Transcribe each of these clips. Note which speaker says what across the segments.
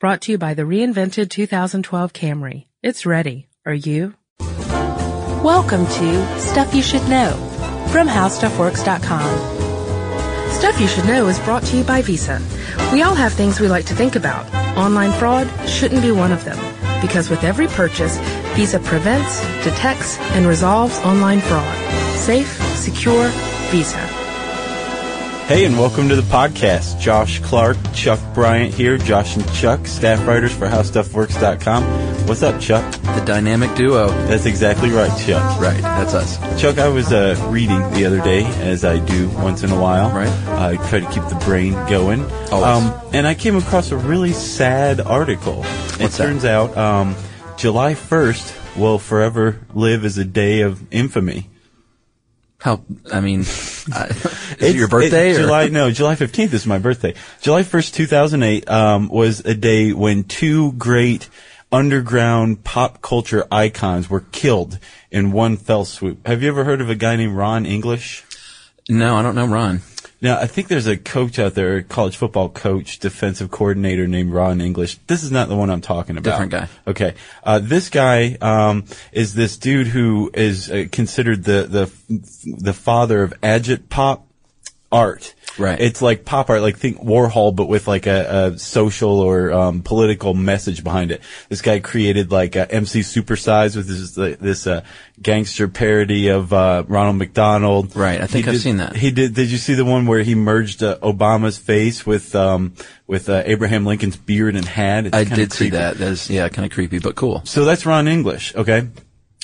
Speaker 1: Brought to you by the reinvented 2012 Camry. It's ready. Are you? Welcome to Stuff You Should Know from HowStuffWorks.com. Stuff You Should Know is brought to you by Visa. We all have things we like to think about. Online fraud shouldn't be one of them because with every purchase, Visa prevents, detects, and resolves online fraud. Safe, secure, Visa.
Speaker 2: Hey, and welcome to the podcast. Josh Clark, Chuck Bryant here, Josh and Chuck, staff writers for HowStuffWorks.com. What's up, Chuck?
Speaker 3: The dynamic duo.
Speaker 2: That's exactly right, Chuck.
Speaker 3: Right, that's us.
Speaker 2: Chuck, I was uh, reading the other day, as I do once in a while.
Speaker 3: Right.
Speaker 2: I try to keep the brain going. Um,
Speaker 3: Always.
Speaker 2: and I came across a really sad article.
Speaker 3: What's
Speaker 2: it
Speaker 3: that?
Speaker 2: turns out um, July 1st will forever live as a day of infamy.
Speaker 3: How? I mean, I, is it
Speaker 2: It's-
Speaker 3: your birthday?
Speaker 2: it's
Speaker 3: or?
Speaker 2: July no, July fifteenth is my birthday. July first, two thousand eight, um, was a day when two great underground pop culture icons were killed in one fell swoop. Have you ever heard of a guy named Ron English?
Speaker 3: No, I don't know Ron.
Speaker 2: Now, I think there's a coach out there, a college football coach, defensive coordinator named Ron English. This is not the one I'm talking about.
Speaker 3: Different guy.
Speaker 2: Okay. Uh, this guy um, is this dude who is uh, considered the the the father of agitpop art.
Speaker 3: Right.
Speaker 2: It's like pop art, like think Warhol, but with like a, a social or um, political message behind it. This guy created like uh, MC Supersize with this this uh, gangster parody of uh, Ronald McDonald.
Speaker 3: Right, I think
Speaker 2: He
Speaker 3: I've
Speaker 2: did-
Speaker 3: seen that.
Speaker 2: He did. Did you see the one where he merged uh, Obama's face with um, with uh, Abraham Lincoln's beard and hat? It's
Speaker 3: I
Speaker 2: kinda
Speaker 3: did see
Speaker 2: creepy.
Speaker 3: that. That's yeah, kind of creepy, but cool.
Speaker 2: So that's Ron English, okay?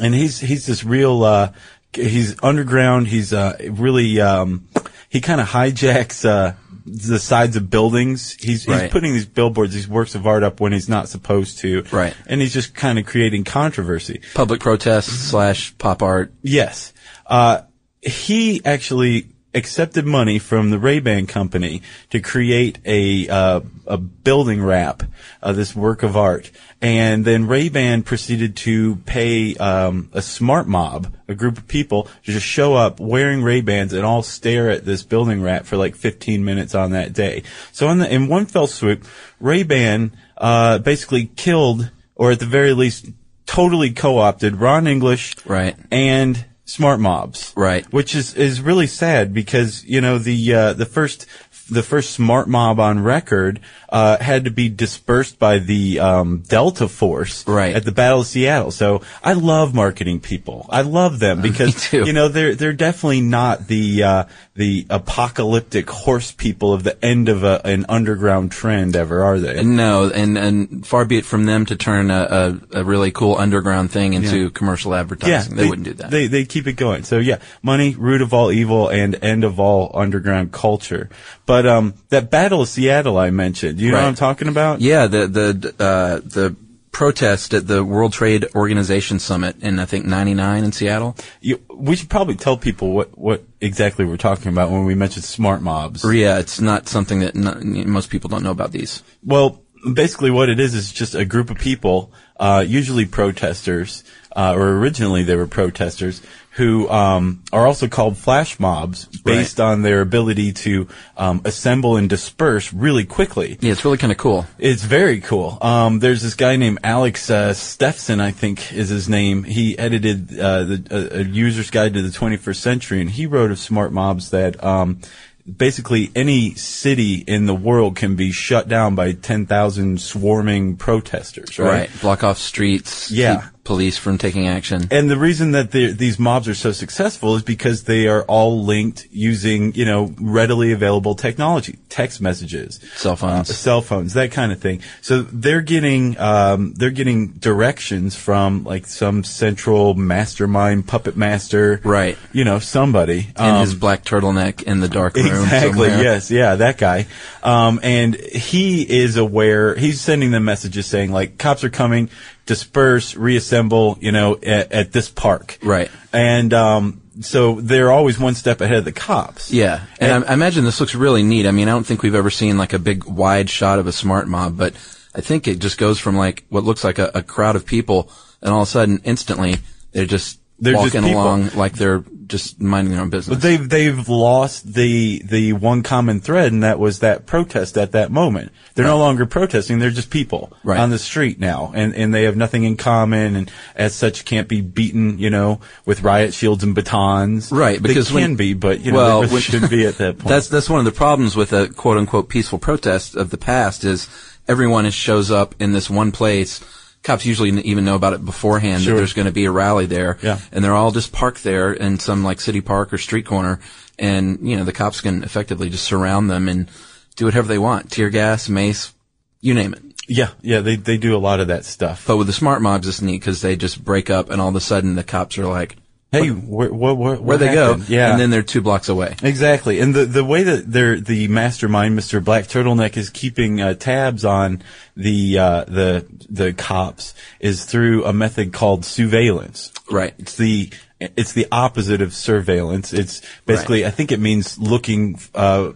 Speaker 2: And he's he's this real uh he's underground, he's uh really um he kind of hijacks uh the sides of buildings. He's he's
Speaker 3: Right.
Speaker 2: putting these billboards, these works of art up when he's not supposed to.
Speaker 3: Right.
Speaker 2: And he's just kind of creating controversy.
Speaker 3: Public protest
Speaker 2: Mm-hmm.
Speaker 3: slash pop art.
Speaker 2: Yes. Uh, he actually accepted money from the Ray-Ban company to create a, uh, a building wrap, uh, this work of art. And then Ray-Ban proceeded to pay, um, a smart mob, a group of people to just show up wearing Ray-Bans and all stare at this building wrap for like 15 minutes on that day. So in the, in one fell swoop, Ray-Ban, uh, basically killed, or at the very least, totally co-opted Ron English
Speaker 3: Right.
Speaker 2: and smart mobs.
Speaker 3: Right.
Speaker 2: Which is, is really sad because, you know, the, uh, the first, the first smart mob on record, uh, had to be dispersed by the, um, Delta Force.
Speaker 3: Right.
Speaker 2: At the Battle of Seattle. So I love marketing people. I love them because,
Speaker 3: too.
Speaker 2: you know, they're, they're definitely not the, uh, the apocalyptic horse people of the end of a, an underground trend ever, are they?
Speaker 3: No, and and far be it from them to turn a, a, a really cool underground thing into commercial advertising. they, wouldn't do that.
Speaker 2: They they keep it going. So yeah, money, root of all evil, and end of all underground culture. But um, that battle of Seattle I mentioned, you know what
Speaker 3: Right.
Speaker 2: I'm talking about?
Speaker 3: yeah, the the uh, the protest at the World Trade Organization summit in I think '99 in Seattle.
Speaker 2: You, we should probably tell people what what exactly we're talking about when we mention smart mobs.
Speaker 3: Yeah, it's not something that not, most people don't know about these.
Speaker 2: Well, basically what it is is just a group of people, uh, usually protesters, uh, or originally they were protesters, who um, are also called flash mobs based on their ability to um, assemble and disperse really quickly.
Speaker 3: Yeah, it's really kind of cool.
Speaker 2: It's very cool. Um, there's this guy named Alex uh, Stefson, I think is his name. He edited uh, the a, a user's guide to the 21st century, and he wrote of smart mobs that um, basically any city in the world can be shut down by 10,000 swarming protesters. Right.
Speaker 3: Block off streets.
Speaker 2: Yeah.
Speaker 3: Keep police from taking action.
Speaker 2: And the reason that the- these mobs are so successful is because they are all linked using, you know, readily available technology, text messages,
Speaker 3: Cell phones.
Speaker 2: uh, cell phones, that kind of thing. So they're getting, um, they're getting directions from like some central mastermind puppet master,
Speaker 3: Right.
Speaker 2: You know, somebody
Speaker 3: and
Speaker 2: Um,
Speaker 3: his black turtleneck in the dark room.
Speaker 2: Exactly.
Speaker 3: somewhere.
Speaker 2: Yes. Yeah. That guy. Um, and he is aware. He's sending them messages saying like, cops are coming, disperse, reassemble, you know, at, at this park.
Speaker 3: Right.
Speaker 2: And, um, so they're always one step ahead of the cops.
Speaker 3: Yeah, and, I, I imagine this looks really neat. I mean, I don't think we've ever seen like a big wide shot of a smart mob, but I think it just goes from like what looks like a, a crowd of people, and all of a sudden, instantly, they're just
Speaker 2: They're just
Speaker 3: walking
Speaker 2: people.
Speaker 3: along like they're just minding their own business.
Speaker 2: But they've they've lost the the one common thread, and that was that protest at that moment. They're no longer protesting; they're just people
Speaker 3: Right.
Speaker 2: on the street now, and and they have nothing in common, and as such can't be beaten, you know, with riot shields and batons.
Speaker 3: Right, because
Speaker 2: they
Speaker 3: when-
Speaker 2: can be, but you know,
Speaker 3: well,
Speaker 2: they really
Speaker 3: when-
Speaker 2: should be at that point.
Speaker 3: That's that's one of the problems with a quote unquote peaceful protest of the past is everyone is, shows up in this one place. Cops usually didn't even know about it beforehand
Speaker 2: Sure.
Speaker 3: that there's going to be a rally there,
Speaker 2: Yeah.
Speaker 3: and they're all just parked there in some like city park or street corner, and you know the cops can effectively just surround them and do whatever they want, tear gas, mace, you name it.
Speaker 2: yeah, yeah, they they do a lot of that stuff.
Speaker 3: But with the smart mobs, it's neat because they just break up, and all of a sudden the cops are like,
Speaker 2: Hey, where where where,
Speaker 3: where they go,
Speaker 2: Yeah,
Speaker 3: and then they're two blocks away.
Speaker 2: Exactly, and the the way that they're the mastermind, Mister Black Turtleneck, is keeping uh, tabs on the uh, the the cops is through a method called surveillance.
Speaker 3: Right.
Speaker 2: It's the it's the opposite of surveillance. It's basically I think it means looking uh,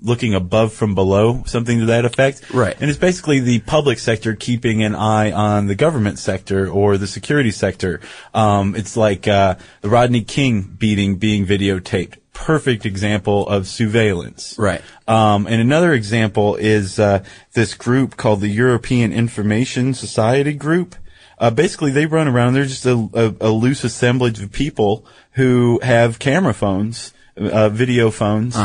Speaker 2: looking above from below, something to that effect.
Speaker 3: Right.
Speaker 2: And it's basically the public sector keeping an eye on the government sector or the security sector. Um, it's like uh, the Rodney King beating being videotaped. Perfect example of surveillance.
Speaker 3: Right.
Speaker 2: Um, and another example is uh, this group called the European Information Society Group. Uh, basically, they run around. They're just a, a, a loose assemblage of people who have camera phones, uh, video phones,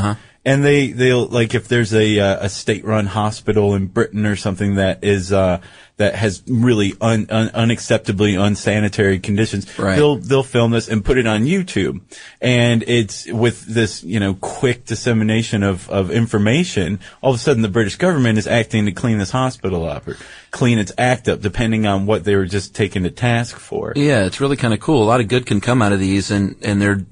Speaker 2: and they they'll like if there's a uh, a state-run hospital in Britain or something that is uh, that has really un, un, unacceptably unsanitary conditions,
Speaker 3: Right.
Speaker 2: they'll they'll film this and put it on YouTube. And it's with this, you know, quick dissemination of, of information, all of a sudden the British government is acting to clean this hospital up or clean its act up, depending on what they were just taken to task for.
Speaker 3: Yeah, it's really kind of cool. A lot of good can come out of these, and and they're.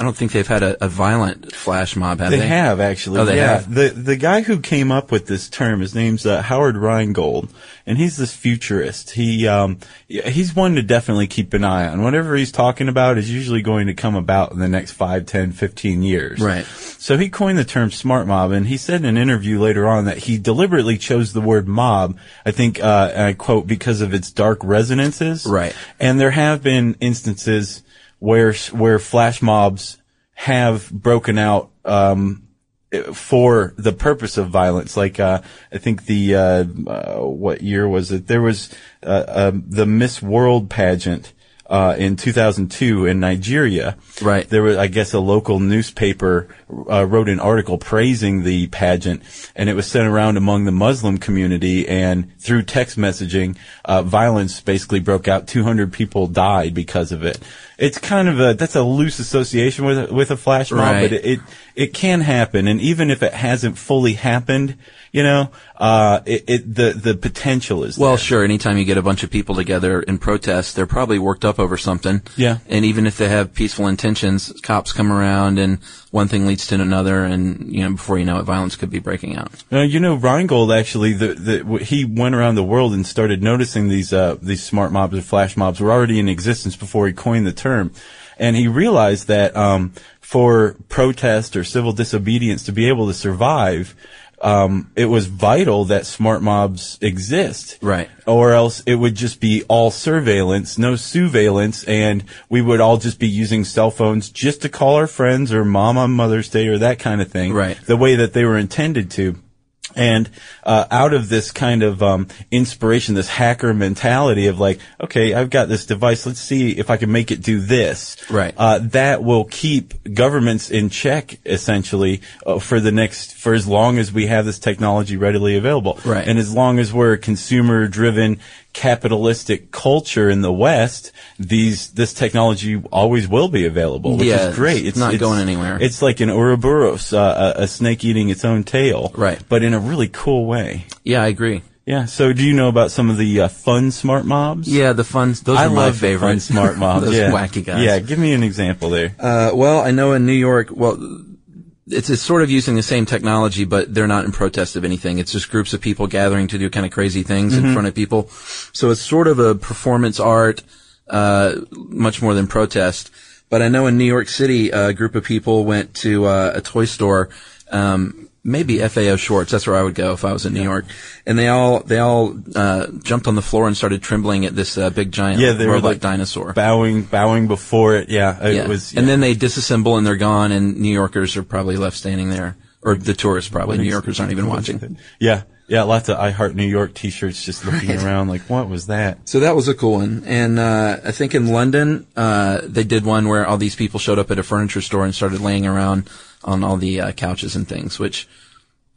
Speaker 3: I don't think they've had a, a violent flash mob, have they?
Speaker 2: They have actually.
Speaker 3: Oh, they
Speaker 2: yeah.
Speaker 3: have.
Speaker 2: The the guy who came up with this term, his name's uh, Howard Rheingold, and he's this futurist. He um yeah, he's one to definitely keep an eye on. Whatever he's talking about is usually going to come about in the next 5, 10, 15 years.
Speaker 3: Right.
Speaker 2: So he coined the term smart mob, and he said in an interview later on that he deliberately chose the word mob. I think uh, and I quote because of its dark resonances.
Speaker 3: Right.
Speaker 2: And there have been instances where where flash mobs have broken out um, for the purpose of violence. Like uh, I think the uh, uh, what year was it? There was uh, um, the Miss World pageant. Uh, in 2002 in Nigeria,
Speaker 3: Right.
Speaker 2: There was, I guess, a local newspaper uh, wrote an article praising the pageant, and it was sent around among the Muslim community. And through text messaging, uh, violence basically broke out. 200 people died because of it. It's kind of a that's a loose association with a- with a flash mob,
Speaker 3: Right.
Speaker 2: but it, it it can happen, and even if it hasn't fully happened, you know, uh, it, it the the potential is
Speaker 3: Well, sure. Anytime you get a bunch of people together in protest, they're probably worked up over something.
Speaker 2: Yeah.
Speaker 3: And even if they have peaceful intentions, cops come around, and one thing leads to another, and you know, before you know it, violence could be breaking out.
Speaker 2: Uh, you know, Reingold actually, the, the, w- he went around the world and started noticing these, uh, these smart mobs or flash mobs were already in existence before he coined the term. And he realized that, um, for protest or civil disobedience to be able to survive, um, it was vital that smart mobs exist.
Speaker 3: Right.
Speaker 2: Or else it would just be all surveillance, no surveillance, and we would all just be using cell phones just to call our friends or mom on Mother's Day or that kind of thing
Speaker 3: Right.
Speaker 2: the way that they were intended to. And uh, out of this kind of um, inspiration, this hacker mentality of like, okay, I've got this device. Let's see if I can make it do this.
Speaker 3: Right.
Speaker 2: Uh, that will keep governments in check, essentially, uh, for the next for as long as we have this technology readily available.
Speaker 3: Right.
Speaker 2: And as long as we're a consumer-driven, capitalistic culture in the West, these this technology always will be available, which
Speaker 3: Yeah,
Speaker 2: is great.
Speaker 3: it's not going anywhere.
Speaker 2: It's it's like an Ouroboros, uh, a, a snake eating its own tail.
Speaker 3: Right.
Speaker 2: But in a really cool way.
Speaker 3: Yeah, I agree.
Speaker 2: Yeah. So do you know about some of the uh, fun smart mobs?
Speaker 3: Yeah, the fun. Those
Speaker 2: I
Speaker 3: are my
Speaker 2: love the
Speaker 3: favorite.
Speaker 2: fun smart mobs.
Speaker 3: those
Speaker 2: yeah.
Speaker 3: wacky guys.
Speaker 2: Yeah. Give me an example there.
Speaker 3: Uh, well, I know in New York, well, it's, it's sort of using the same technology, but they're not in protest of anything. It's just groups of people gathering to do kind of crazy things
Speaker 2: Mm-hmm.
Speaker 3: in front of people. So it's sort of a performance art, uh, much more than protest. But I know in New York City, a group of people went to uh, a toy store, um, maybe FAO Schwartz. That's where I would go if I was in New York. And they all they all uh, jumped on the floor and started trembling at this uh, big giant
Speaker 2: Yeah, they were
Speaker 3: robot
Speaker 2: like
Speaker 3: dinosaur.
Speaker 2: bowing, bowing before it. Yeah, it
Speaker 3: Yeah.
Speaker 2: was.
Speaker 3: And then they disassemble and they're gone, and New Yorkers are probably left standing there, or the tourists probably. New Yorkers aren't even watching.
Speaker 2: yeah, yeah, lots of I Heart New York T-shirts just looking around like, what was that?
Speaker 3: So that was a cool one. And uh, I think in London, uh, they did one where all these people showed up at a furniture store and started laying around on all the uh, couches and things, which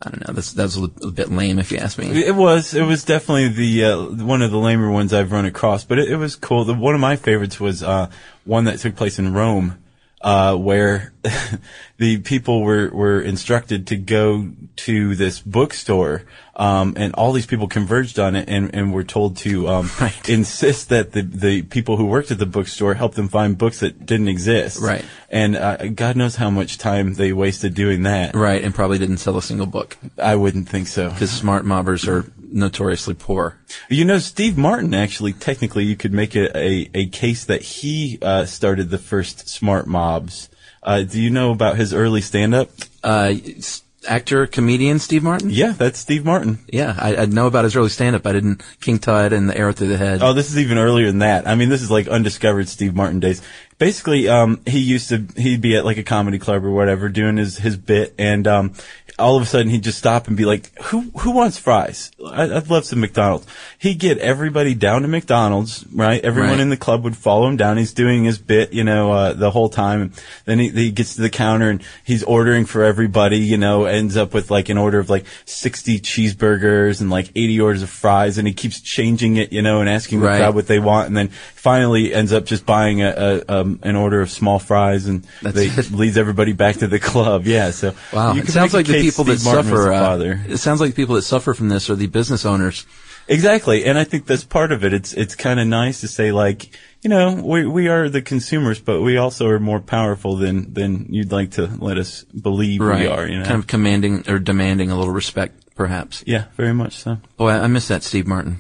Speaker 3: I don't know. That's that's a li- a bit lame if you ask me.
Speaker 2: It was. It was definitely the uh, one of the lamer ones I've run across, but it, it was cool. The, one of my favorites was uh, one that took place in Rome, uh, where the people were were instructed to go to this bookstore, um, and all these people converged on it and, and were told to um,
Speaker 3: Right.
Speaker 2: insist that the the people who worked at the bookstore help them find books that didn't exist.
Speaker 3: Right.
Speaker 2: And uh, God knows how much time they wasted doing that.
Speaker 3: Right, and probably didn't sell a single book
Speaker 2: I wouldn't think so.
Speaker 3: because smart mobbers are notoriously poor.
Speaker 2: You know, Steve Martin actually, technically, you could make a, a, a case that he uh, started the first smart mobs. Uh, do you know about his early stand up?
Speaker 3: Uh, s- actor, comedian Steve Martin.
Speaker 2: Yeah, that's Steve Martin.
Speaker 3: Yeah, I, I know about his early stand-up. I didn't King Tut and the arrow through the head.
Speaker 2: Oh, this is even earlier than that. I mean, this is like undiscovered Steve Martin days. Basically, um, he used to, he'd be at like a comedy club or whatever doing his, his bit and, um, all of a sudden he'd just stop and be like, who, who wants fries? I, I'd love some McDonald's. He'd get everybody down to McDonald's, right? Everyone
Speaker 3: Right.
Speaker 2: in the club would follow him down. He's doing his bit, you know, uh, the whole time. And then he, he gets to the counter and he's ordering for everybody, you know, ends up with like an order of like 60 cheeseburgers and like 80 orders of fries. And he keeps changing it, you know, and asking
Speaker 3: Right.
Speaker 2: the crowd what they want. And then finally ends up just buying a, a um, an order of small fries and
Speaker 3: That's
Speaker 2: they
Speaker 3: it.
Speaker 2: leads everybody back to the club. Yeah. So
Speaker 3: Wow,
Speaker 2: you
Speaker 3: it
Speaker 2: can make
Speaker 3: sounds
Speaker 2: a
Speaker 3: like the
Speaker 2: case
Speaker 3: people that
Speaker 2: Steve Martin was
Speaker 3: suffer.
Speaker 2: the
Speaker 3: uh,
Speaker 2: father.
Speaker 3: it sounds like the people that suffer from this are the business owners.
Speaker 2: Exactly, and I think that's part of it. It's it's kind of nice to say like, you know, we we are the consumers, but we also are more powerful than than you'd like to let us believe we are. You know,
Speaker 3: Kind of commanding or demanding a little respect, perhaps.
Speaker 2: yeah, very much so.
Speaker 3: Boy, I I miss that Steve Martin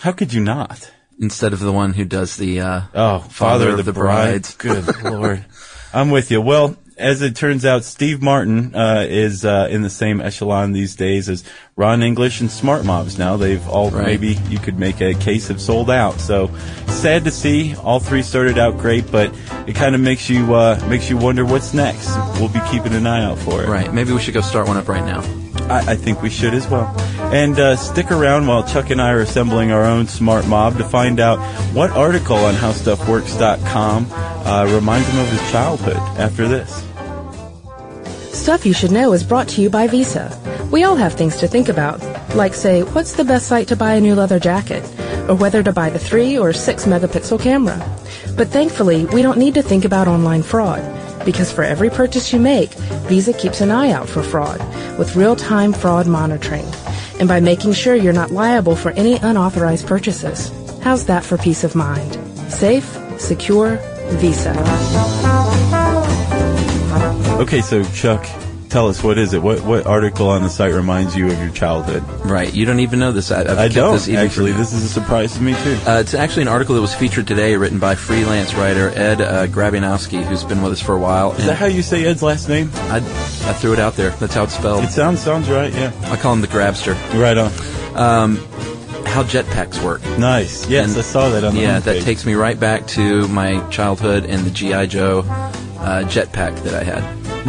Speaker 2: How could you not?
Speaker 3: instead of the one who does the. Uh,
Speaker 2: Oh,
Speaker 3: Father of the Brides.
Speaker 2: Good lord, I'm with you. Well, as it turns out, Steve Martin uh, is uh, in the same echelon these days as Ron English and Smart Mobs. Now they've all
Speaker 3: Right.
Speaker 2: maybe you could make a case of sold out. So sad to see. All three started out great, but it kind of makes you uh, makes you wonder what's next. We'll be keeping an eye out for it.
Speaker 3: Right. Maybe we should go start one up right now.
Speaker 2: I, I think we should as well. And uh, stick around while Chuck and I are assembling our own smart mob to find out what article on HowStuffWorks.com uh, reminds him of his childhood after this.
Speaker 1: Stuff You Should Know is brought to you by Visa. We all have things to think about, like, say, what's the best site to buy a new leather jacket, or whether to buy the 3 or 6 megapixel camera. But thankfully, we don't need to think about online fraud, because for every purchase you make, Visa keeps an eye out for fraud with real time fraud monitoring, and by making sure you're not liable for any unauthorized purchases. How's that for peace of mind? Safe, secure, Visa.
Speaker 2: Okay, so Chuck, tell us what is it? What what article on the site reminds you of your childhood?
Speaker 3: Right. You don't even know this. I, I've
Speaker 2: I
Speaker 3: kept
Speaker 2: don't
Speaker 3: this even for
Speaker 2: actually.
Speaker 3: you.
Speaker 2: This is a surprise to me too.
Speaker 3: Uh, it's actually an article that was featured today, written by freelance writer Ed uh, Grabinowski, who's been with us for a while.
Speaker 2: Is that how you say Ed's last name?
Speaker 3: I, I threw it out there. That's how it's spelled.
Speaker 2: It sounds sounds right. Yeah,
Speaker 3: I call him the Grabster.
Speaker 2: right on.
Speaker 3: How jetpacks work.
Speaker 2: Nice. Yes,
Speaker 3: And-
Speaker 2: I saw that on the
Speaker 3: Yeah,
Speaker 2: homepage.
Speaker 3: that takes me right back to my childhood and the GI Joe uh, jetpack that I had.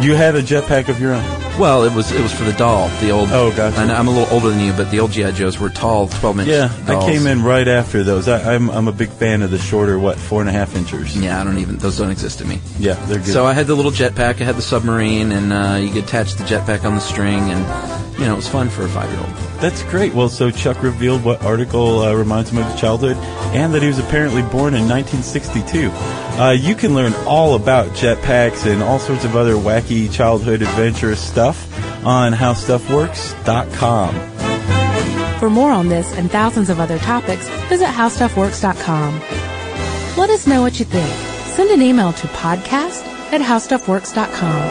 Speaker 2: you had a jetpack of your own.
Speaker 3: Well, it was it was for the doll, the old.
Speaker 2: Oh, gotcha.
Speaker 3: And I'm a little older than you, but the old GI Joes were tall, twelve inch.
Speaker 2: Yeah,
Speaker 3: dolls.
Speaker 2: I came in right after those. I, I'm I'm a big fan of the shorter, what four and a half inchers.
Speaker 3: Yeah, I don't even. Those don't exist to me.
Speaker 2: Yeah, they're good.
Speaker 3: So I had the little jetpack. I had the submarine, and uh, you could attach the jetpack on the string, and you know it was fun for a five year old.
Speaker 2: That's great. Well, so Chuck revealed what article uh, reminds him of his childhood, and that he was apparently born in 1962. Uh, you can learn all about jetpacks and all sorts of other wacky childhood adventurous stuff on HowStuffWorks.com.
Speaker 1: For more on this and thousands of other topics, visit howstuffworks.com. Let us know what you think. Send an email to podcast at howstuffworks.com.